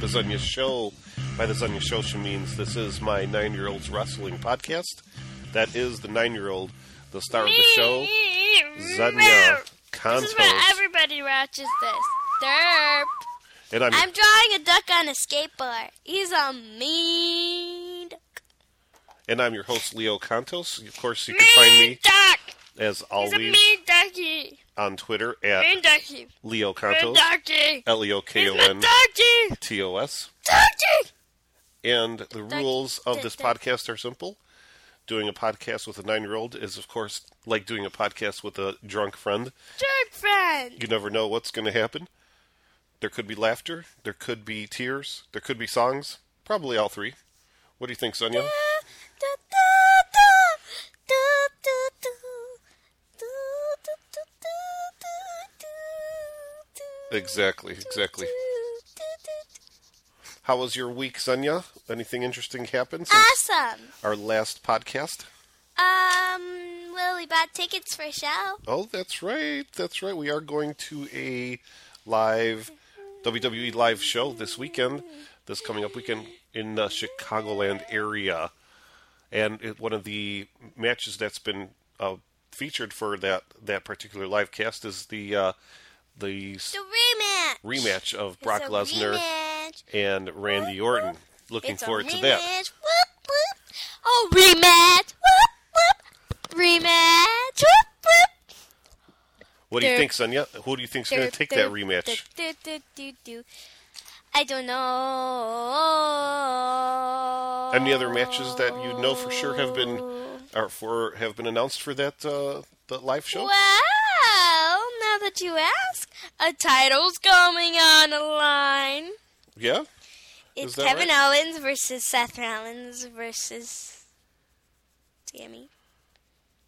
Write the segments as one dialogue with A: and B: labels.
A: the Zunya Show. By the Zunya Show, she means this is my nine year old's wrestling podcast. That is the nine year old, the star of the show, Zunya
B: This is where
A: Contos.
B: everybody watches this. Derp.
A: Hmm. And I'm,
B: I'm drawing a duck on a skateboard. He's a mean duck.
A: and I'm your host, Leo Contos. Of course, you can find
B: mean
A: me,
B: duck.
A: as
B: He's a
A: always, Uh,
B: mean ducky.
A: on Twitter at
B: Mean ducky.
A: Leo
B: Mean
A: Contos,
B: ducky.
A: L E O K
B: He's
A: O
B: a
A: N
B: ducky.
A: T O S.
B: Ducky.
A: And the
B: Duck,
A: rules of
B: duck,
A: this
B: duck.
A: podcast are simple. Doing a podcast with a nine year old is, of course, like doing a podcast with a drunk friend.
B: Drug friend.
A: You never know what's going to happen. There could be laughter, there could be tears, there could be songs. Probably all three. What do you think, Sonia?
B: Da, da, da. Da, da, da. Da, da, da, da, da, da, da.
A: Exactly, exactly. How was your week, Sonia? Anything interesting happened since
B: Awesome.
A: our last podcast?
B: Um, well, we bought tickets for a show.
A: Oh, that's right. That's right. We are going to a live WWE live show this weekend, this coming up weekend in the Chicagoland area. And it, one of the matches that's been uh, featured for that, that particular live cast is the uh, the s-
B: The rematch.
A: rematch of
B: It's
A: Brock
B: a
A: Lesnar
B: Rematch.
A: and Randy Orton. Looking
B: It's a
A: forward to
B: rematch.
A: that.
B: Whoop, whoop. Oh, rematch. Whoop, whoop. Rematch. Whoop, whoop.
A: What do you
B: Derp.
A: think, Sonya? Who do you think's going to take that rematch?
B: I don't know.
A: Any other matches that you know for sure have been are for have been announced for that uh, the live show?
B: Well, now that you ask, a title's coming on the line.
A: Yeah,
B: It's
A: Is that
B: Kevin Owens versus Seth Rollins versus Sammy.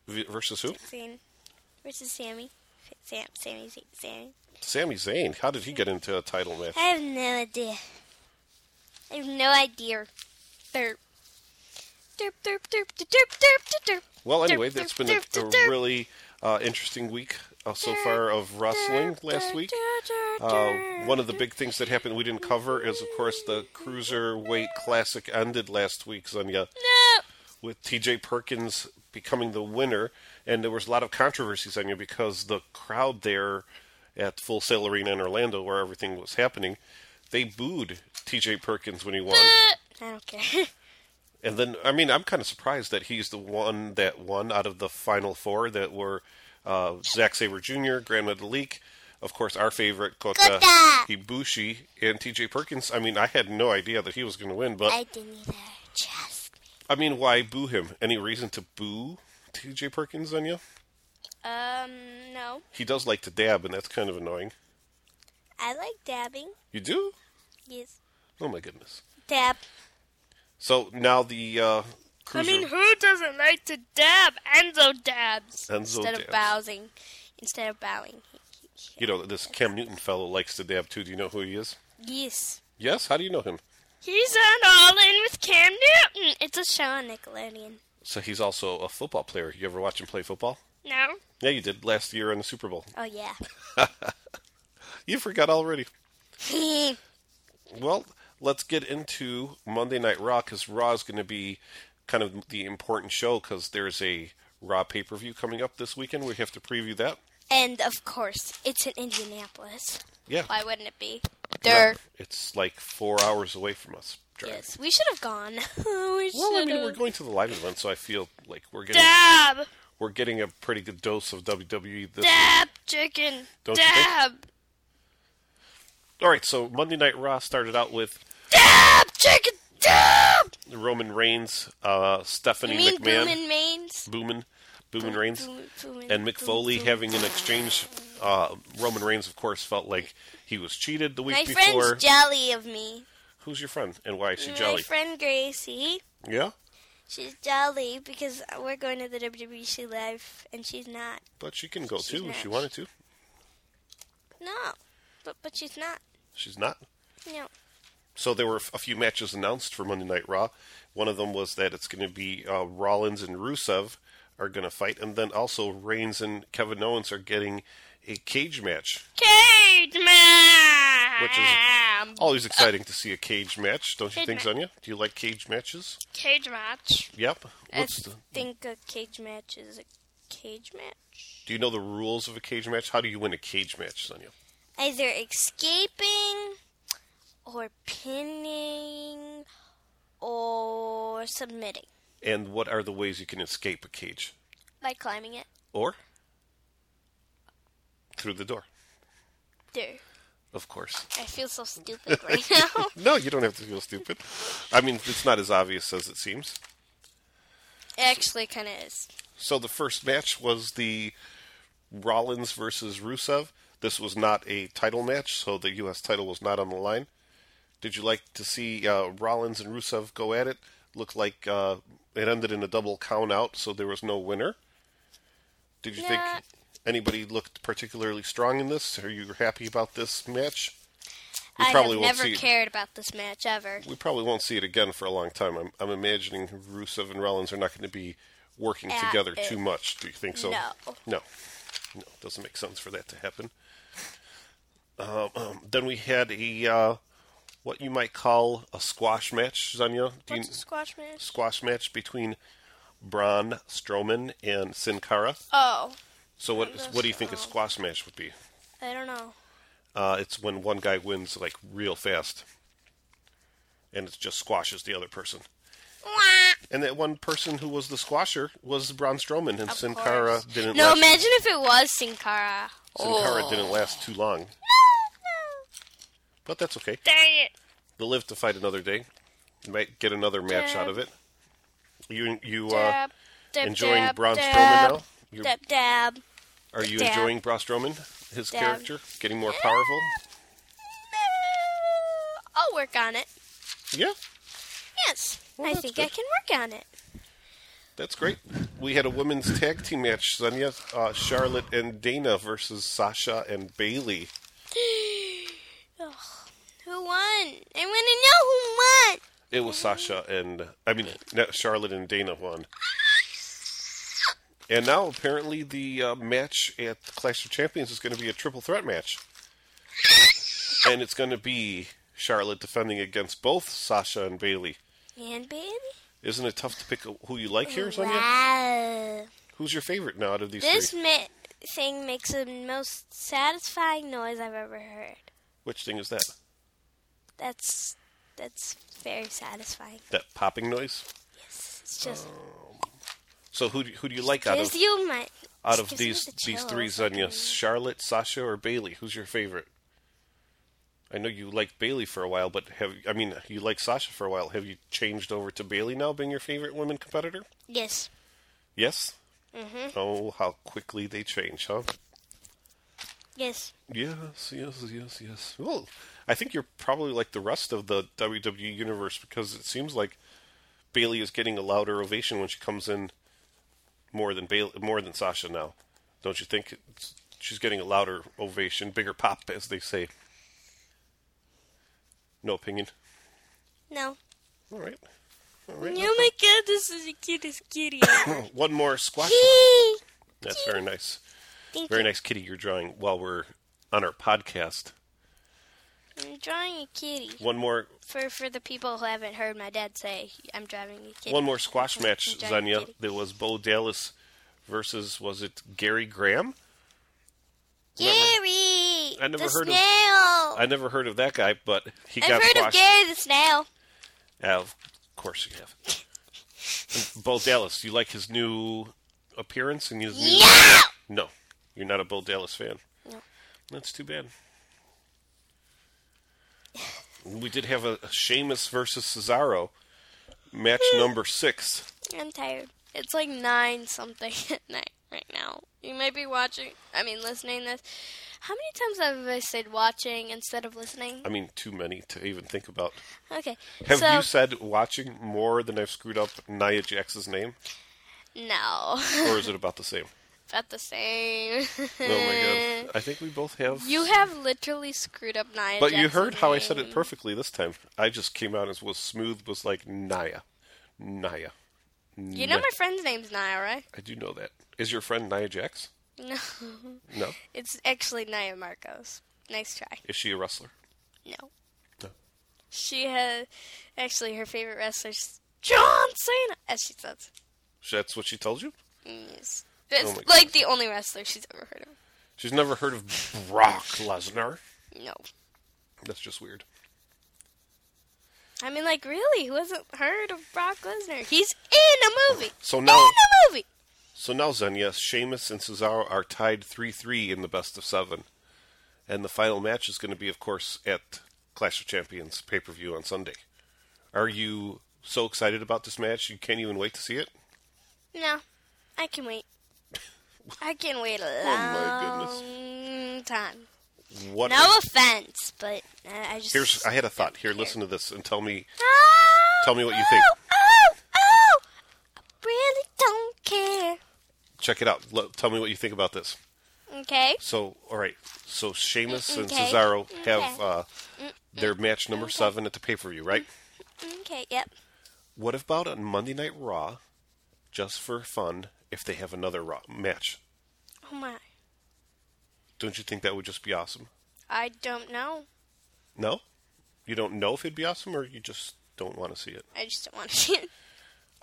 A: V- versus who?
B: Sam, versus Sammy. Sam, Sammy, Sa- Sammy.
A: Sami Zayn. How did he get into a title match?
B: I have no idea. I have no idea. Derp. Derp, derp, derp, derp, derp, derp, derp.
A: Well, anyway,
B: derp,
A: that's
B: derp,
A: been a,
B: derp,
A: a
B: derp.
A: really uh, interesting week uh, so far of wrestling
B: Derp,
A: last
B: derp,
A: week.
B: derp,
A: Uh,
B: derp,
A: one of the
B: derp.
A: big things that happened we didn't cover is, of course, the Cruiserweight Classic ended last week, Sonya.
B: No!
A: with TJ Perkins becoming the winner, and there was a lot of controversies on you because the crowd there at Full Sail Arena in Orlando, where everything was happening, they booed TJ Perkins when he won.
B: I don't care.
A: And then, I mean, I'm kind of surprised that he's the one that won out of the final four that were uh, Zack Sabre Jr., Grand Metalik, of course, our favorite, Kota,
B: Kota.
A: Ibushi, and TJ Perkins. I mean, I had no idea that he was going to win, but
B: I didn't either. Just.
A: I mean, why boo him? Any reason to boo TJ Perkins on you?
B: Um, no.
A: He does like to dab, and that's kind of annoying.
B: I like dabbing.
A: You do?
B: Yes.
A: Oh my goodness!
B: Dab.
A: So now the uh,
B: I
A: cruiser.
B: mean, who doesn't like to dab? Enzo dabs.
A: Enzo
B: instead
A: dabs.
B: of bowing. Instead of bowing.
A: you know this Cam Newton fellow likes to dab too. Do you know who he is?
B: Yes.
A: Yes. How do you know him?
B: He's on All In with Cam Newton. It's a show on Nickelodeon.
A: So he's also a football player. You ever watch him play football?
B: No?
A: Yeah, you did last year in the Super Bowl.
B: Oh, yeah.
A: You forgot already.
B: Whoa.
A: Well, let's get into Monday Night Raw because Raw is going to be kind of the important show because there's a Raw pay per view coming up this weekend. We have to preview that.
B: And, of course, it's in Indianapolis.
A: Yeah.
B: Why wouldn't it be? There.
A: It's like four hours away from us. Drive.
B: Yes. We should have gone. we should
A: Well, I mean,
B: have.
A: we're going to the live event, so I feel like we're getting
B: Dab!
A: we're getting a pretty good dose of WWE this week.
B: Dab, chicken.
A: Don't you think?
B: dab.
A: All right, so Monday Night Raw started out with
B: Dab, chicken, dab!
A: Roman Reigns, uh,
B: You
A: Stephanie
B: mean
A: McMahon,
B: Boomin' Mains?
A: Boomin, Boomin Reigns,
B: Boomin', Boomin',
A: and
B: Boomin',
A: Mick Foley
B: Boomin'.
A: having an exchange. Uh, Roman Reigns, of course, felt like he was cheated the week
B: My
A: before.
B: friend's jelly of me.
A: Who's your friend, and why is she
B: My
A: jolly?
B: friend Gracie.
A: Yeah,
B: She's jolly because we're going to the WWC Live and she's not.
A: but she can go
B: She's
A: too if she
B: not.
A: wanted to.
B: No. But but she's not.
A: She's not.
B: No.
A: So there were f- a few matches announced for Monday Night Raw. One of them was that it's going to be uh, Rollins and Rusev are going to fight, and then also Reigns and Kevin Owens are getting a cage match.
B: Cage match!
A: which
B: Um,
A: Always exciting to see a cage match, don't you
B: Cage
A: think,
B: match.
A: Sonia? Do you like cage matches?
B: cage match.
A: Yep.
B: I
A: What's the,
B: think a cage match is a cage match.
A: do you know the rules of a cage match? How do you win a cage match, Sonia?
B: Either escaping or pinning or submitting
A: And what are the ways you can escape a cage?
B: by climbing it.
A: Or through the door,
B: There.
A: of course.
B: I feel so stupid right now.
A: No, you don't have to feel stupid. I mean, it's not as obvious as it seems.
B: It actually kind of is.
A: So the first match was the Rollins versus Rusev. This was not a title match, so the U.S. title was not on the line. Did you like to see uh, Rollins and Rusev go at it? Looked like uh, it ended in a double count out, so there was no winner. Did you think
B: Yeah.
A: anybody looked particularly strong in this? Are you happy about this match? We
B: I
A: probably
B: have
A: won't
B: never
A: see it.
B: cared about this match ever.
A: we probably won't see it again for a long time. I'm, I'm imagining Rusev and Rollins are not going to be working
B: At
A: together
B: it.
A: too much. Do you think so?
B: No.
A: No. No, it doesn't make sense for that to happen. Um, um, then we had a uh, what you might call a squash match, Zanya. Do you,
B: What's a squash match?
A: squash match between Braun Strowman and Sin Cara.
B: Oh,
A: So what what do you think a
B: Oh.
A: squash match would be?
B: I don't know.
A: Uh, it's when one guy wins like real fast, and it just squashes the other person. And that one person who was the squasher was Braun Strowman, and
B: Of
A: Sin Cara
B: course.
A: didn't.
B: No,
A: last,
B: imagine if it was Sin Cara.
A: Sin Cara
B: Oh.
A: didn't last too long, but that's okay.
B: Dang it.
A: They'll live to fight another day. Might get another match out of it. You you uh,
B: Dab, dab,
A: enjoying
B: dab,
A: Braun Strowman
B: dab,
A: now? You're,
B: Dab, dab.
A: are you
B: dab.
A: enjoying Braun Strowman? His
B: Dab.
A: character getting more powerful.
B: I'll work on it.
A: Yeah,
B: Yes,
A: Well,
B: I
A: that's
B: think I
A: good.
B: can work on it.
A: that's great. We had a women's tag team match: Sonya, uh, Charlotte, and Dana versus Sasha and Bailey.
B: Ugh. Who won? I want to know who won.
A: It was Sasha and I mean not Charlotte and Dana won. And now apparently the uh, match at the Clash of Champions is going to be a triple threat match, and it's going to be Charlotte defending against both Sasha and Bailey.
B: And baby.
A: Isn't it tough to pick who you like here, Sonya?
B: Wow.
A: Who's your favorite now out of these
B: This
A: three?
B: ma- thing makes the most satisfying noise I've ever heard.
A: Which thing is that?
B: That's that's very satisfying.
A: That popping noise.
B: It's just
A: Oh. So who do, who do you like out
B: gives
A: of
B: you my
A: out of
B: gives me
A: these
B: the
A: these
B: chills.
A: three, Sonya? Charlotte, Sasha, or Bailey? Who's your favorite? I know you liked Bailey for a while, but have I mean you liked Sasha for a while? Have you changed over to Bailey now being your favorite women competitor?
B: Yes.
A: Yes.
B: Mm-hmm.
A: Oh, how quickly they change, huh?
B: Yes.
A: Yes, yes, yes, yes. Well, I think you're probably like the rest of the WWE universe because it seems like Bailey is getting a louder ovation when she comes in more than Bailey, more than Sasha now. Don't you think it's, she's getting a louder ovation, bigger pop, as they say? No opinion.
B: No.
A: All right. All right. Oh,
B: Oh my god, this is the cutest kitty.
A: One more squash.
B: Yay!
A: That's very nice.
B: Thank
A: Very
B: you.
A: nice kitty you're drawing while we're on our podcast.
B: I'm drawing a kitty.
A: One more
B: For for the people who haven't heard my dad say I'm driving a kitty.
A: One more squash match,
B: Giant
A: Zanya.
B: kitty.
A: There was Bo Dallas versus was it Gary Graham?
B: Gary!
A: I never
B: the
A: heard of-
B: snail. Of,
A: I never heard of that guy, but he
B: Oh. I've
A: got
B: heard of
A: squashed.
B: Gary the snail.
A: Yeah, of course you have. And Bo Dallas, you like his new appearance and his new
B: Yeah!
A: No. You're not a Bo Dallas fan.
B: No.
A: That's too bad. We did have a, a Sheamus versus Cesaro match
B: Hmm.
A: number six.
B: I'm tired. It's like nine something at night right now. You might be watching. I mean, listening this. How many times have I said watching instead of listening?
A: I mean, too many to even think about.
B: Okay.
A: Um, Have
B: so
A: you said watching more than I've screwed up Nia Jax's name?
B: no,
A: Or is it about the same?
B: about the same.
A: Oh my god. I think we both have.
B: Eh. You have literally screwed up Nia.
A: But you
B: Jackson
A: heard how I said it
B: name.
A: perfectly this time. I just came out as was smooth, was like Nia. Nia.
B: You know my friend's name's Nia, right?
A: I do know that. Is your friend Nia Jax?
B: No,
A: No.
B: it's actually Nia Marcos. Nice try.
A: Is she a wrestler?
B: No.
A: No.
B: She has actually her favorite wrestler's John Cena, as she says.
A: That's what she told you?
B: Yes. It's
A: Oh my
B: like the only wrestler she's ever heard of.
A: She's never heard of Brock Lesnar.
B: No.
A: That's just weird.
B: I mean, like, really? Who hasn't heard of Brock Lesnar? He's in a movie!
A: So
B: In
A: now,
B: a movie!
A: so now, Xenia, Sheamus and Cesaro are tied three-three in the best of seven, and the final match is going to be, of course, at Clash of Champions pay-per-view on Sunday. Are you so excited about this match? You can't even wait to see it.
B: No. I can wait. I can wait a
A: Oh my
B: long time.
A: What?
B: No offense, but uh, I just.
A: Here's I had a thought. Here, listen to this and tell me
B: Oh,
A: Tell me what you think.
B: Oh, oh, oh! I really don't care.
A: check it out. Lo- tell me what you think about this.
B: Okay.
A: So, all right. So Sheamus and
B: Okay.
A: Cesaro have
B: Okay.
A: uh, their match number seven at the pay per view, right?
B: Okay. Yep.
A: What about on Monday Night Raw, just for fun, if they have another Raw match?
B: Oh my.
A: Don't you think that would just be awesome?
B: I don't know.
A: No, you don't know if it'd be awesome, or you just don't want to see it.
B: I just don't want to see it.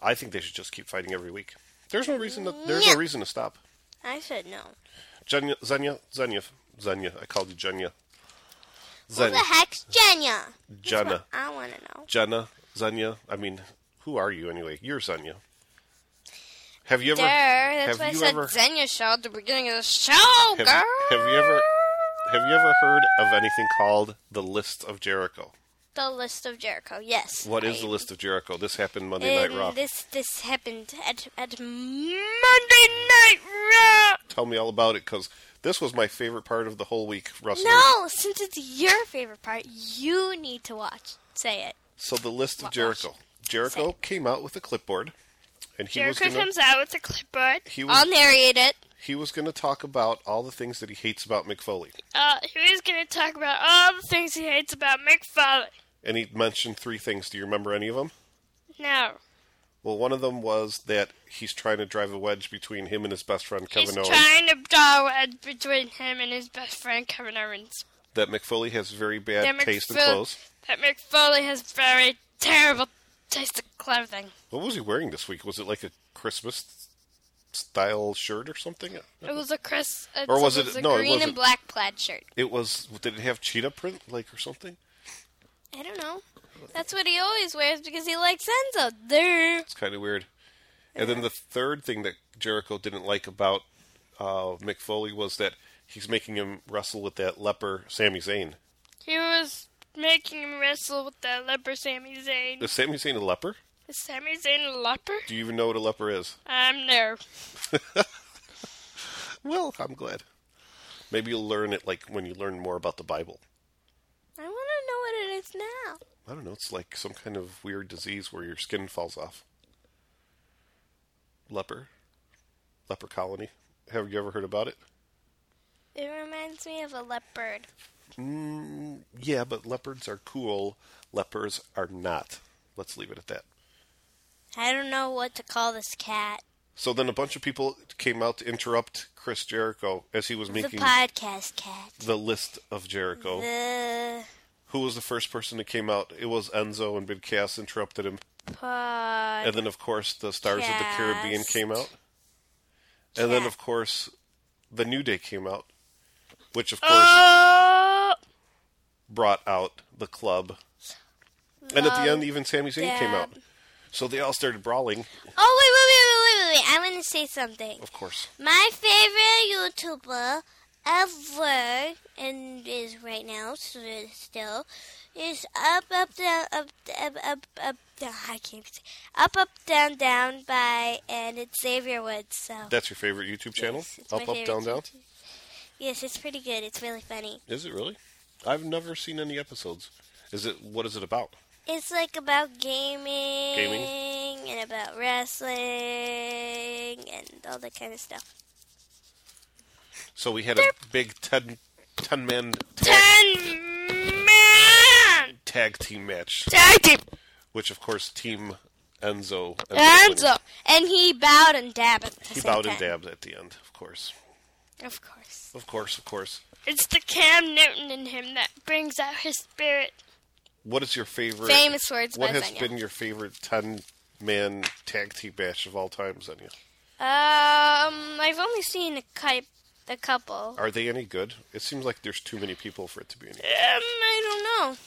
A: I think they should just keep fighting every week. There's no reason. To, there's no
B: Yeah.
A: reason to stop.
B: I said no.
A: Zenya, Zenya, Zenya, Zenya. I called you Zenya.
B: Who the
A: Zenya,
B: heck's Jenya? That's
A: Jenna.
B: what I want to know.
A: Jenna, Zenya. I mean, who are you anyway? You're Zenya. Have you ever?
B: There. That's
A: have
B: why I
A: you
B: said
A: ever?
B: Xenia show at the beginning of the show,
A: Have,
B: girl.
A: have you ever? Have you ever heard of anything called the List of Jericho?
B: The list of Jericho. Yes.
A: What is
B: I-
A: the List of Jericho? This happened Monday
B: and
A: Night Raw.
B: This this happened at at Monday Night Raw.
A: Tell me all about it, because this was my favorite part of the whole week, Russell.
B: No, since it's your favorite part, you need to watch. Say it.
A: So the List of
B: Watch.
A: Jericho. Jericho
B: Say.
A: came out with a clipboard, and he
B: Jericho
A: was gonna,
B: comes out with a clipboard.
A: He was-
B: I'll narrate it.
A: he was going to talk about all the things that he hates about McFoley,
C: Uh, who is going to talk about all the things he hates about Mick Foley?
A: and he mentioned three things. Do you remember any of them?
C: No.
A: Well, one of them was that he's trying to drive a wedge between him and his best friend Kevin
C: He's
A: Owens.
C: trying to draw a wedge between him and his best friend Kevin Owens.
A: that McFoley has very bad
C: That
A: taste in
C: McFol-
A: clothes.
C: That Mick Foley has very terrible taste in clothing.
A: What was he wearing this week? Was it like a Christmas style shirt or something?
C: It was a Chris. It's,
A: Or was
C: it
A: it-
C: a
A: no, it
C: green
A: wasn't.
C: and black plaid shirt.
A: It was. Did it have cheetah print like or something?
B: I don't know. That's what he always wears because he likes Enzo. There.
A: It's kind of weird. And then the third thing that Jericho didn't like about uh, McFoley was that he's making him wrestle with that leper Sami Zayn.
C: He was making him wrestle with that leper Sami Zayn.
A: Is Sami Zayn a leper?
C: Is Sami Zayn a leper?
A: Do you even know what a leper is?
C: Um, no.
A: Well, I'm glad. Maybe you'll learn it like when you learn more about the Bible.
B: I want to know what it is now.
A: I don't know. It's like some kind of weird disease where your skin falls off. Leper, leper colony. Have you ever heard about it?
B: It reminds me of a leopard.
A: Mm, yeah, but leopards are cool. Lepers are not. Let's leave it at that.
B: I don't know what to call this cat.
A: So then a bunch of people came out to interrupt Chris Jericho as he was
B: The
A: making
B: podcast cat.
A: the list of Jericho.
B: The
A: Who was the first person that came out? It was Enzo and Big Cass interrupted him.
B: pod.
A: And then, of course, the Stars of the Caribbean
B: Cast.
A: came out. And then,
B: Cat.
A: of course, the New Day came out, which, of course,
C: Oh!
A: brought out the club. And at the end, even Sami Zayn came out.
B: Dab.
A: So they all started brawling,
B: Oh wait, wait, wait, wait, wait, wait! I want to say something.
A: of course.
B: My favorite YouTuber ever, and is right now s- still, is up, up, down, up, up, up, up, down. I can't say up, up, down, down by, and it's Xavier Woods. So
A: That's your favorite YouTube channel?
B: Yes, it's my
A: up, up,
B: favorite
A: down, down?
B: YouTube. Yes, it's pretty good. It's really funny.
A: Is it really? I've never seen any episodes. Is it? What is it about?
B: It's like about gaming, and about wrestling and all that kind of stuff.
A: So we had a big ten, ten man tag,
C: Ten man!
A: tag team match,
C: Tag team!
A: which of course team Enzo ended up winning.
B: Enzo, and he bowed and dabbed. At the
A: He
B: same
A: bowed and
B: time.
A: dabbed at the end, of course.
B: Of course.
A: Of course, of course.
C: It's the Cam Newton in him that brings out his spirit.
A: What is your favorite?
D: Famous words
A: What
D: by
A: has
D: Sonya.
A: been your favorite ten man tag team match of all time, Xenia?
C: Um, I've only seen a, ki- a couple. Um,
A: Are they any good? It seems like there's too many people for it to be any.
C: I don't know.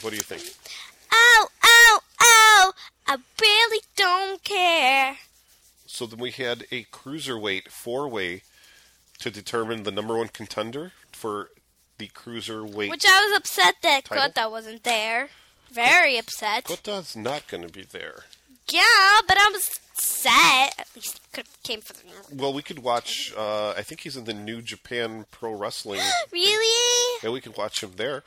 A: What do you think?
B: Ow, ow, ow! I really don't care.
A: So then we had a cruiserweight four way to determine the number one contender for the cruiserweight.
B: Which I was upset that
A: Title?
B: Kota wasn't there. Very upset.
A: Kota's not going to be there.
B: Yeah, but I was upset. At least I could have came for the.
A: Well, we could watch. Uh, I think he's in the New Japan Pro Wrestling,
B: Really?
A: and we could watch him there.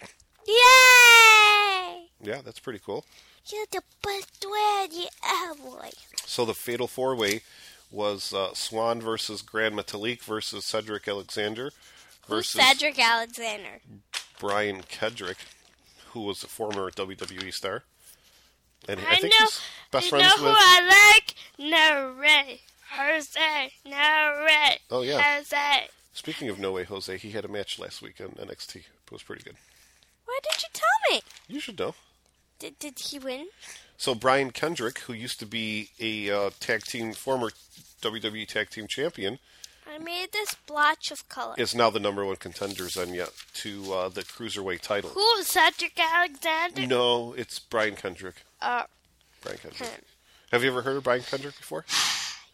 B: Yay!
A: Yeah, that's pretty cool.
B: You're the best ready ever.
A: So the fatal four way was uh, Swan versus Grand Metalik versus Cedric Alexander
B: Who's
A: versus
B: Cedric Alexander?
A: Brian Kedrick, who was a former WWE star. And I,
C: I
A: think
C: know-
A: he's best
C: you
A: friends
C: know
A: with.
C: who I like? No Ray. Jose. No Ray.
A: Oh, yeah.
C: Jose.
A: Speaking of No Way Jose, he had a match last week on NXT. It was pretty good.
B: Why didn't you tell me?
A: You should know.
B: Did, did he win?
A: So Brian Kendrick, who used to be a uh, tag team former WWE tag team champion,
B: I made this blotch of color.
A: is now the number one contender. I'm yet to uh, the cruiserweight title.
C: Who's Cedric Alexander?
A: No, it's Brian Kendrick.
C: Oh,
A: Brian Kendrick.
B: Uh, Hmm.
A: Have you ever heard of Brian Kendrick before?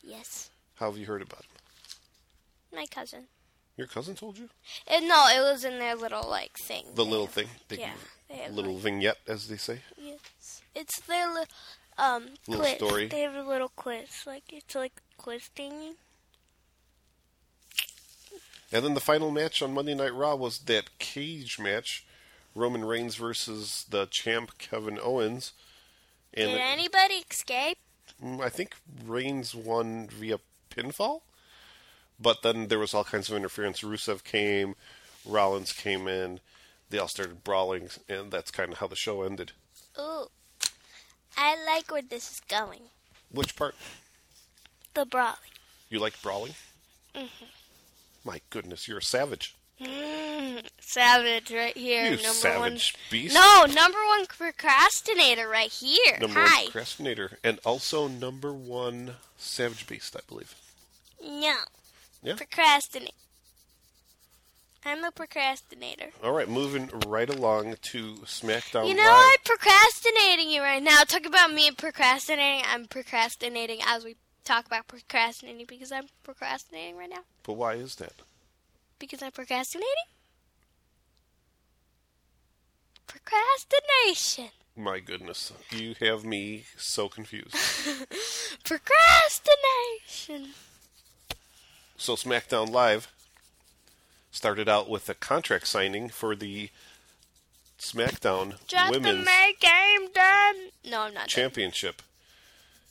B: Yes,
A: How have you heard about him?
B: my cousin.
A: Your cousin told you
B: Uh, no, it was in their little like thing.
A: the little thing, the
B: yeah, they have,
A: little vignette, as they say.
B: like, yes. it's their li- um
A: Little
B: quiz.
A: story.
B: They have a little quiz, like it's like quiz thingy.
A: And then the final match on Monday Night Raw was that cage match, Roman Reigns versus the champ Kevin Owens. And
B: Did anybody escape?
A: Mm, I think Reigns won via pinfall, but then there was all kinds of interference. Rusev came, Rollins came in, they all started brawling, and that's kind of how the show ended.
B: Ooh, I like where this is going.
A: Which part?
B: The brawling.
A: You like brawling?
C: Mm-hmm.
A: My goodness, you're a savage.
B: Mmm.
C: mm, savage right here.
A: You
C: number
A: savage
C: One.
A: beast.
C: No, number one procrastinator right here.
A: Number
C: Hi.
A: one procrastinator, and also number one savage beast, I believe.
B: No.
A: Yeah.
B: Procrastinate. I'm a procrastinator.
A: All right, moving right along to SmackDown
C: You know,
A: Live.
C: I'm procrastinating you right now. Talk about me procrastinating. I'm procrastinating as we talk about procrastinating because I'm procrastinating right now.
A: But why is that?
C: Because I'm procrastinating? Procrastination.
A: My goodness, you have me so confused.
C: Procrastination.
A: So SmackDown Live started out with a contract signing for the SmackDown
C: Just to
A: Women's
C: make game done. No, I'm not. done.
A: Championship.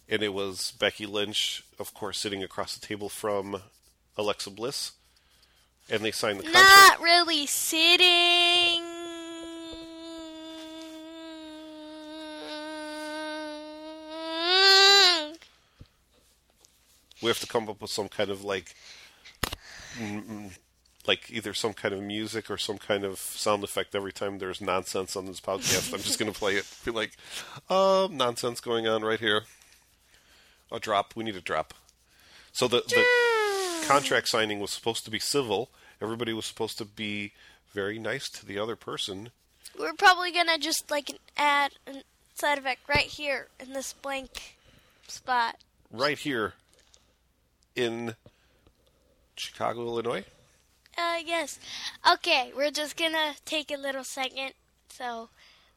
A: And it was Becky Lynch, of course, sitting across the table from Alexa Bliss. And they signed the contract.
C: Not really sitting.
A: We have to come up with some kind of like. mm, mm, Like either some kind of music or some kind of sound effect every time there's nonsense on this podcast. I'm just going to play it. Be like, um, nonsense going on right here. A drop. We need a drop. So the, the contract signing was supposed to be civil. Everybody was supposed to be very nice to the other person.
C: We're probably gonna just like add an side effect right here in this blank spot.
A: Right here in Chicago, Illinois.
C: Uh, yes. Okay, we're just gonna take a little second so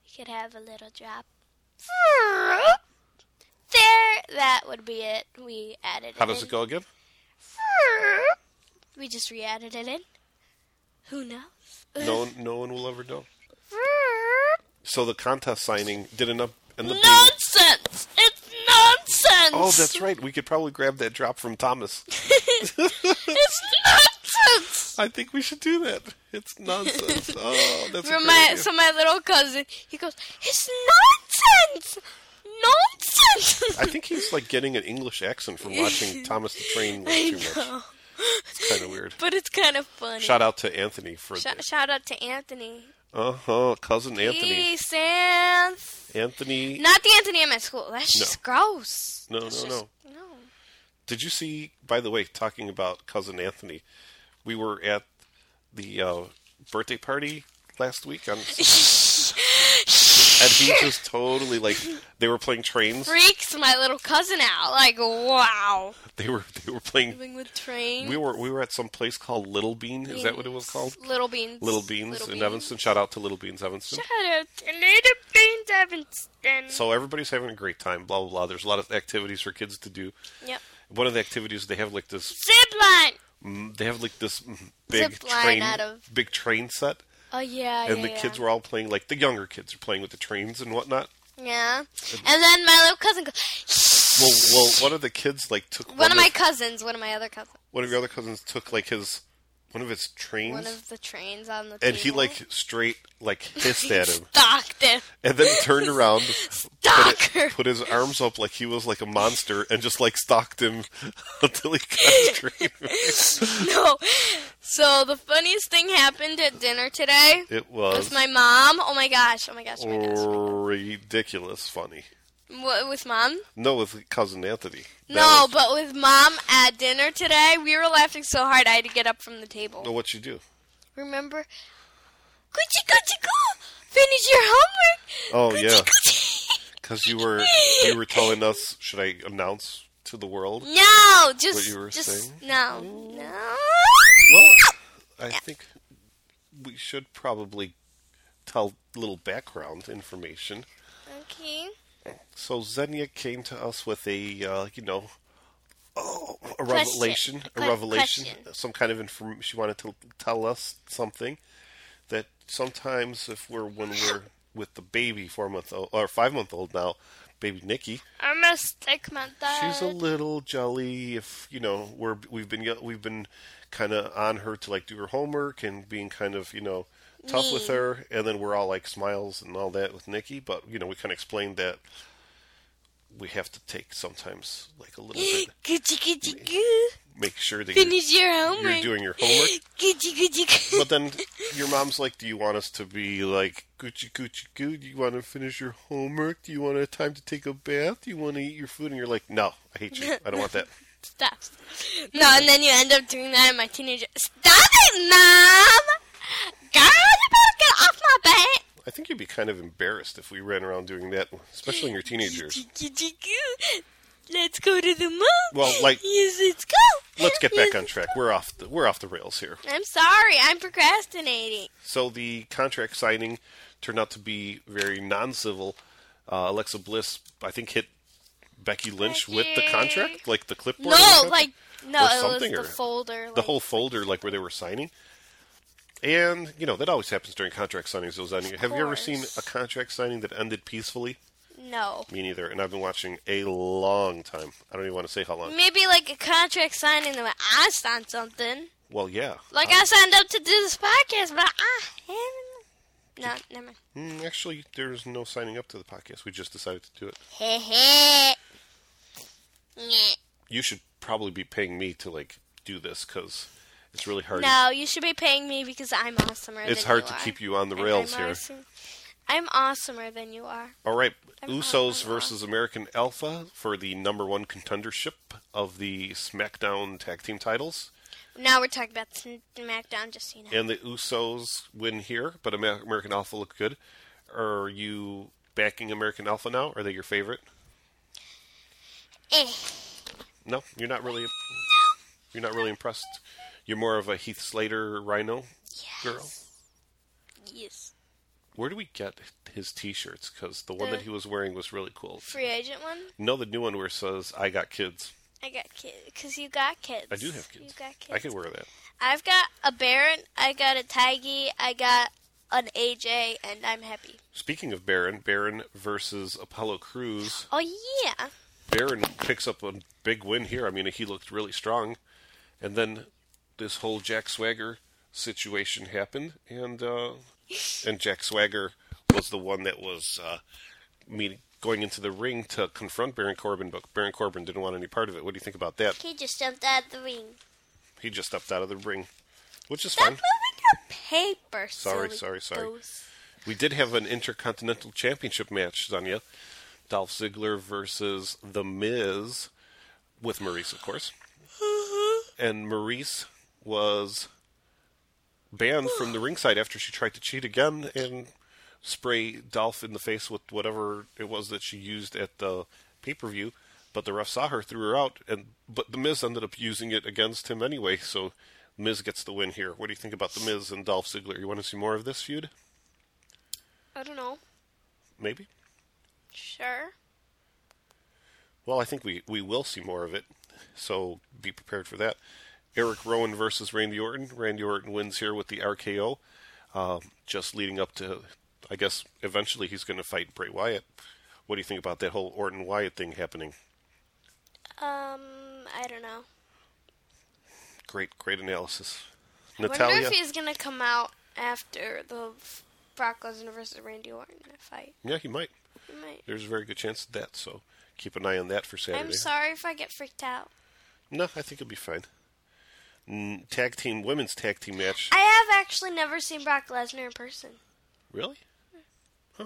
C: we could have a little drop. There, that would be it. We added
A: How
C: it
A: does
C: in.
A: it go again?
C: We just re added it in. Who knows?
A: No, one- no one will ever know. So the contest signing didn't up end up being.
C: Nonsense! It's nonsense!
A: Oh, that's right. We could probably grab that drop from Thomas.
C: It's nonsense!
A: I think we should do that. It's nonsense. Oh, that's a
C: From
A: great
C: my,
A: idea.
C: so my little cousin, he goes, It's nonsense! Nonsense!
A: I think he's like getting an English accent from watching Thomas the Train like, too much. It's kind of weird.
C: But it's kind of funny.
A: Shout out to Anthony for
C: Sh-
A: this.
C: shout out to Anthony.
A: Uh huh. Cousin Anthony.
C: Peace, Anth.
A: Anthony.
C: Not the Anthony I'm at school. That's
A: No.
C: just gross.
A: No,
C: That's
A: no,
C: just-
A: no. Did you see? By the way, talking about cousin Anthony, we were at the uh, birthday party last week, on, and he just totally like they were playing trains.
C: Freaks my little cousin out. Like, wow.
A: They were they were playing.
C: Living with trains.
A: We were we were at some place called Little Bean. Is that what it was called?
C: Little Beans.
A: Little Beans in Evanston. Shout out to Little Beans Evanston.
C: Shout out to Little Beans, Evanston.
A: So everybody's having a great time. Blah blah blah. There's a lot of activities for kids to do.
C: yep.
A: One of the activities they have like this.
C: Zip line.
A: mm, They have like this mm, big
C: Zip line
A: train,
C: out of-
A: big train set,
C: Oh, yeah,
A: and
C: yeah,
A: the
C: yeah.
A: kids were all playing like the younger kids are playing with the trains and whatnot.
C: Yeah. And then my little cousin goes,
A: Well, well, one of the kids like took
C: one of my
A: of,
C: cousins, one of my other cousins,
A: one of your other cousins took like his one of his trains,
C: one of the trains on the
A: and he
C: table.
A: like straight like hissed at him,
C: stalked him.
A: and then turned around, put,
C: Stalker.
A: it, put his arms up like he was like a monster, and just like stalked him until he got his train.
C: no. So the funniest thing happened at dinner today
A: It
C: with
A: was
C: my mom. Oh my gosh. Oh my gosh. Oh my gosh.
A: ridiculous funny.
C: What, with mom?
A: No, with cousin Anthony. That
C: no,
A: was-
C: but with mom at dinner today, we were laughing so hard I had to get up from the table.
A: no, what Oh, you do?
C: Remember? Gucci, Gucci, go! Finish your homework.
A: Oh
C: Gucci,
A: yeah,
C: Gucci.
A: because you were you were telling us. Should I announce to the world?
C: No, just
A: What you were
C: just
A: saying?
C: no, no.
A: Well, I think we should probably tell little background information.
C: Okay.
A: So Xenia came to us with a, uh, you know, oh, a
C: Question.
A: revelation, a
C: Que-
A: revelation,
C: question.
A: some kind of information. She wanted to tell us something that sometimes, if we're when we're with the baby, four month old or five month old now, baby Nikki,
C: I'm gonna stick my thigh.
B: Uh,
A: she's a little jelly. If you know, we're we've been ye- we've been kind of on her to like do her homework and being kind of you know tough with
C: Mean.
A: her, and then we're all like smiles and all that with Nikki. But you know, we kind of explained that we have to take sometimes like a little bit,
C: Gucci, Gucci, goo.
A: make sure that you're,
C: Finish your homework.
A: you're doing your homework.
C: Gucci, Gucci, goo.
A: But then your mom's like, "Do you want us to be like Gucci Gucci Goo? Do you want to finish your homework? Do you want a time to take a bath? Do you want to eat your food?" And you're like, "No, I hate you. I don't want that."
C: Stop. No, and then you end up doing that, and my teenager. Stop it, mom. God, you better get off my back.
A: I think you'd be kind of embarrassed if we ran around doing that, especially in your teenage years.
C: Gucci, Gucci, goo. Let's go to the mall.
A: Well, like-
C: yes, let's go.
A: Let's get back
C: Yes.
A: on track. We're off the we're off the rails here.
C: I'm sorry. I'm procrastinating.
A: So the contract signing turned out to be very non-civil. Uh, Alexa Bliss, I think, hit Becky Lynch with the
C: Becky.
A: contract, like the clipboard. or
C: No,
A: something?
C: like no,
A: Or
C: it was
A: something,
C: the
A: or
C: folder. Like,
A: the whole folder, like where they were signing. And you know that always happens during contract signings. Those on have you ever seen
C: course.
A: a contract signing that ended peacefully?
C: no.
A: Me neither. And I've been watching a long time. I don't even want to say how long.
C: Maybe like a contract signing that I signed something.
A: Well, yeah.
C: Like I signed up to do this podcast, but I haven't. No, never mind.
A: Mm, actually, there's no signing up to the podcast. We just decided to do it.
C: Heh heh. Nyeh.
A: You should probably be paying me to like do this because it's really hard.
C: No, you should be paying me because I'm awesomer.
A: it's
C: than
A: hard
C: you
A: to
C: are.
A: keep you on the
C: And
A: rails
C: I'm
A: here.
C: awesome- I'm awesomer than you are.
A: All right,
C: I'm
A: Usos
C: awesome.
A: versus American Alpha for the number one contendership of the SmackDown tag team titles,
C: Now we're talking about SmackDown, just so you know.
A: and the Usos win here, but Amer- American Alpha look good. Are you backing American Alpha now? Are they your favorite?
C: Eh.
A: No, you're not really. You're not really impressed. You're more of a Heath Slater Rhino girl.
C: Yes.
A: Where do we get his T-shirts? Because the one
C: The-
A: that he was wearing was really cool.
C: Free agent one?
A: No, the new one where it says "I got kids."
C: I got kids. Because you got kids.
A: I do have kids.
C: You got kids.
A: I could wear that.
C: I've got a Baron, I got a Tiggy, I got an AJ, and I'm happy.
A: Speaking of Baron, Baron versus Apollo Cruz.
C: Oh yeah,
A: Baron picks up a big win here. I mean, he looked really strong, and then this whole Jack Swagger situation happened, and uh, and Jack Swagger was the one that was uh, meeting, going into the ring to confront Baron Corbin, but Baron Corbin didn't want any part of it. What do you think about that?
B: He just jumped out of the ring.
A: He just stepped out of the ring, which is
C: Stop
A: fine.
C: moving the paper.
A: Sorry,
C: silly
A: sorry, sorry.
C: goose.
A: We did have an Intercontinental Championship match, Sonya. Dolph Ziggler versus The Miz, with Maurice, of course. And Maurice was banned from the ringside after she tried to cheat again and spray Dolph in the face with whatever it was that she used at the pay per view. But the ref saw her, threw her out, and but the Miz ended up using it against him anyway. So Miz gets the win here. What do you think about the Miz and Dolph Ziggler? You want to see more of this feud?
C: I don't know.
A: Maybe.
C: Sure.
A: Well, I think we, we will see more of it, so be prepared for that. Eric Rowan versus Randy Orton. Randy Orton wins here with the RKO, um, just leading up to, I guess, eventually he's going to fight Bray Wyatt. What do you think about that whole Orton Wyatt thing happening?
C: Um, I don't know.
A: Great, great analysis.
C: Wonder
A: Natalia.
C: if he's gonna come out after the f- Brock Lesnar versus Randy Orton fight.
A: yeah, he might.
C: He might.
A: There's a very good chance of that, so keep an eye on that for Saturday.
C: I'm sorry if I get freaked out.
A: No, I think it'll be fine. Mm, Tag team, women's tag team match.
C: I have actually never seen Brock Lesnar in person.
A: Really? Huh.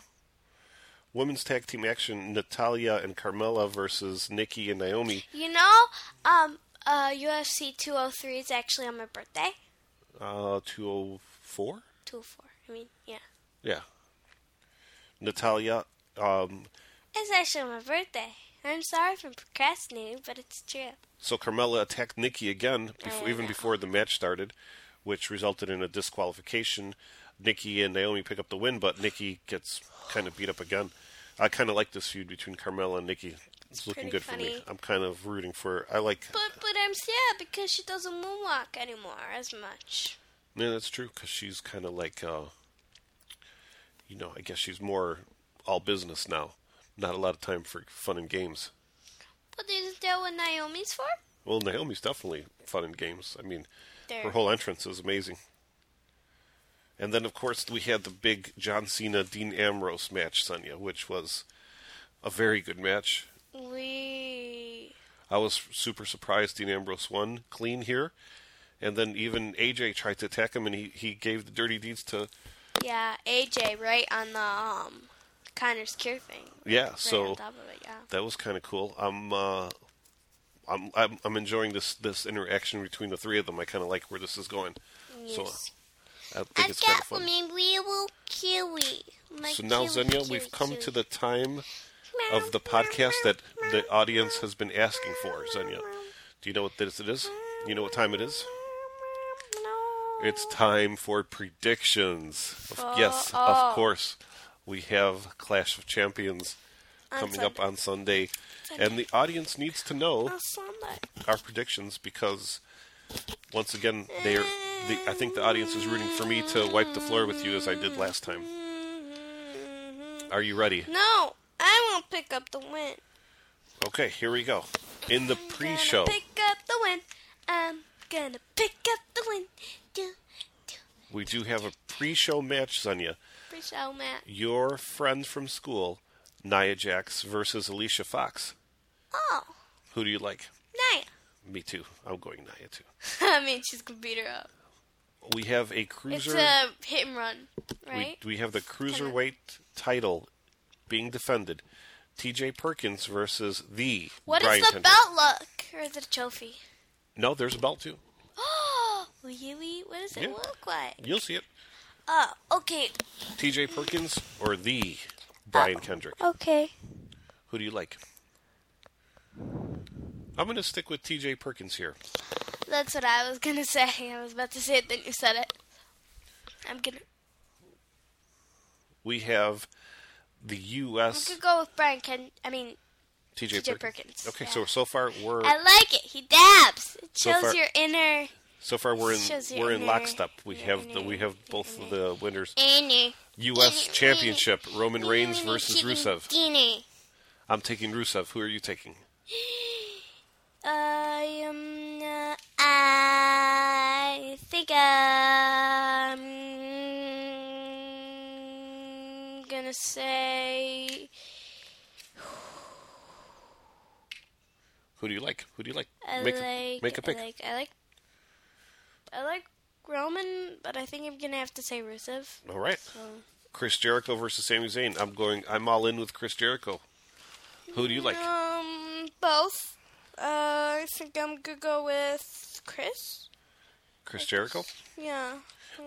A: Women's tag team action: Natalia and Carmella versus Nikki and Naomi.
C: You know, um, uh, UFC 203 is actually on my birthday.
A: Uh, two oh four.
C: 204. I mean, yeah,
A: Yeah. Natalia. Um.
C: it's actually on my birthday. I'm sorry for procrastinating, but it's true.
A: So Carmella attacked Nikki again,
C: Oh,
A: before, even before the match started, which resulted in a disqualification. Nikki and Naomi pick up the win, but Nikki gets kind of beat up again. I kind of like this feud between Carmella and Nikki. It's, looking
C: pretty
A: good for me.
C: funny.
A: I'm kind of rooting for. I like.
C: But but I'm sad because she doesn't moonwalk anymore as much.
A: Yeah, that's true, because she's kind of like, uh, you know, I guess she's more all business now. Not a lot of time for fun and games.
C: But isn't that what Naomi's for?
A: Well, Naomi's definitely fun and games. I mean,
C: There.
A: her whole entrance is amazing. And then, of course, we had the big John Cena Dean Ambrose match, Sonya, which was a very good match.
C: We.
A: I was super surprised Dean Ambrose won clean here. And then even AJ tried to attack him, and he, he gave the dirty deeds to
C: Yeah, AJ, right on the um, Connor's cure thing.
A: yeah.
C: Right
A: So
C: on top of it, yeah.
A: that was kind of cool. I'm, uh, I'm I'm I'm enjoying this this interaction between the three of them. I kind of like where this is going. So
C: Yes.
A: I think
B: I've
A: it's kind
B: got
A: of fun.
B: me little kiwi. My
A: So now,
B: kiwi,
A: Xenia,
B: kiwi,
A: we've come
B: kiwi.
A: to the time of the podcast that the audience has been asking for. Xenia, do you know what this it is? You know what time it is?
C: No.
A: It's time for predictions. Of- yes,
C: Oh.
A: of course. We have Clash of Champions coming up on Sunday, and the audience needs to know.
C: On Sunday.
A: our predictions because once again they are the, I think the audience is rooting for me to wipe the floor with you as I did last time. Are you ready?
C: Mm-hmm. No, I won't pick up the win.
A: Okay, here we go. In the pre-show,
C: Gonna pick up the win. I'm gonna pick up the win. Do do
A: we do have a pre-show match, Sonia.
C: pre-show match.
A: Your friend from school, Nia Jax versus Alicia Fox.
C: Oh,
A: Who do you like?
C: Naya.
A: Me too. I'm going Nia too.
C: I mean, she's gonna beat her up.
A: We have a
C: It's
A: cruiser.
C: a hit and run,
A: we,
C: right?
A: we have the cruiserweight title being defended. T.J. Perkins versus the
C: What is
A: Brian
C: the
A: Kendrick.
C: belt look or the trophy?
A: No, there's a belt too.
C: Oh, really? What does it
A: Yeah.
C: look like?
A: You'll see it.
C: Oh, okay,
A: T.J. Perkins or the
C: Ah.
A: Brian Kendrick.
C: okay.
A: Who do you like? I'm going to stick with T.J. Perkins here.
C: That's what I was gonna say. I was about to say it, then you said it. I'm gonna,
A: We have the
C: I'm
A: U.S.
C: gonna go with Brian. Can I mean?
A: T.J.
C: T.J.
A: Perkins.
C: Perkins,
A: Okay,
C: yeah.
A: so so far we're
C: I like it. He dabs. It
A: So
C: shows
A: far-
C: your inner
A: so far we're in
C: shows your
A: we're in
C: inner-
A: lockstep. We
C: your
A: have the
C: inner-
A: we have both of the winners.
C: inner
A: U.S.
B: inner-
A: Championship Roman Reigns
B: Kiwi,
A: versus
B: kiwi,
A: Rusev.
B: Dinner.
A: I'm taking Rusev. Who are you taking?
B: I um, uh, I think um,
C: gonna say
A: Who do you like? Who do you like?
C: I
A: make a,
C: like
A: make a pick.
C: I like I like I like Roman, but I think I'm gonna have to say Rusev.
A: All right.
C: So
A: Chris Jericho versus Sami Zayn. I'm going. I'm all in with Chris Jericho. Who do you like?
C: um, both. Uh, I think I'm gonna go with Chris.
A: Chris Jericho.
C: Yeah.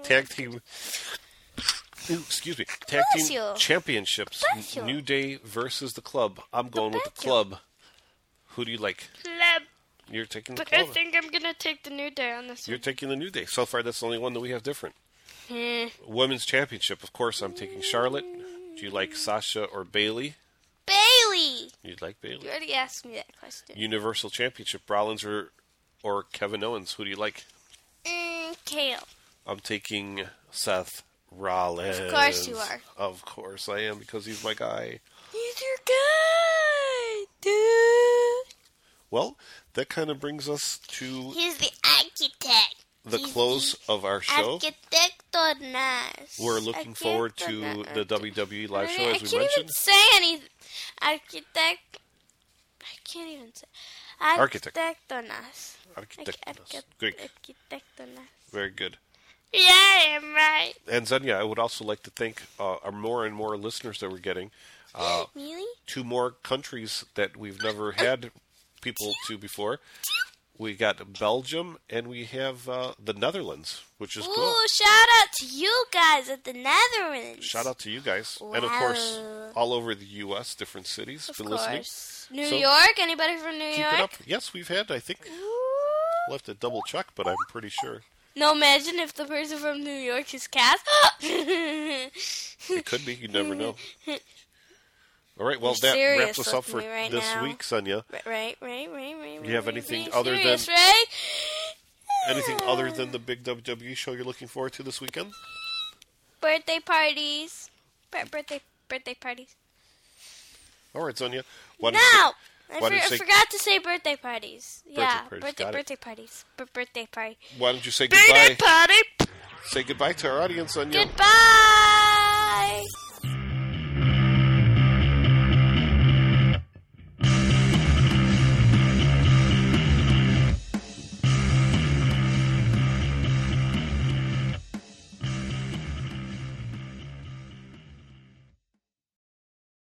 A: Tag team. Ooh, excuse me. Tag
C: Bless
A: team
C: you.
A: championships.
C: Bless you.
A: New Day versus the Club. I'm going with the
C: bless you.
A: Club. Who do you like? You're taking the
C: But I
A: Club.
C: think I'm gonna take the new day on this
A: You're taking the New Day. So far, that's the only one that we have different.
C: one.
A: Women's Championship. Of course, I'm taking Charlotte. Do you like Sasha or Bailey?
C: Bailey,
A: You'd like Bailey.
C: you already asked me that question.
A: Universal Championship. Rollins or or Kevin Owens. Who do you like?
C: Mm, Kale.
A: I'm taking Seth Rollins.
C: Of course you are.
A: Of course I am because he's my guy.
C: He's your guy, dude.
A: Well, that kind of brings us to
B: He's the architect.
A: the
B: he's
A: close of our show.
B: Arquitectonas.
A: We're looking forward to the WWE live show,
C: I
A: as
C: can't
A: we
C: even
A: mentioned.
C: say anything. Architect. I can't even say.
A: Architect.
C: Arquitectonas.
A: Architectonas. Great.
C: Arquitectonas.
A: Very good.
C: Yeah, I'm right.
A: And Zenya, I would also like to thank uh, our more and more listeners that we're getting. Uh,
B: Really?
A: two more countries that we've never had people to before. We got Belgium and we have uh, the Netherlands, which is cool.
B: Ooh, shout out to you guys at the Netherlands.
A: Shout out to you guys. And of course,
B: Wow.
A: all over the U.S., different cities.
C: Of
A: been
C: course.
A: listening.
C: New
A: So-
C: York? Anybody from New
A: Keep
C: York?
A: it up. Yes, we've had, I think, we'll have to double check, but I'm pretty sure.
C: No, imagine if the person from New York is Cass.
A: It could be. You never know. All right, well,
C: You're
A: that wraps
C: serious
A: us up
C: with
A: for
C: me right
A: this
C: now.
A: week, Sonia.
C: right, right, right, right, right.
A: You have
C: right,
A: anything
C: right.
A: other than-
C: Serious, right?
A: Anything other than the big WWE show you're looking forward to this weekend?
C: birthday parties? Bir- birthday birthday parties.
A: All right, Sonia. Why don't you-
C: No,
A: why
C: I, for-
A: did you
C: I
A: say-
C: forgot to say birthday parties. yeah,
A: parties,
C: birthday
A: got it.
C: birthday parties. B- birthday party.
A: Why don't you say
C: Birthday
A: goodbye?
C: party.
A: Say goodbye to our audience, Sonia.
C: Goodbye.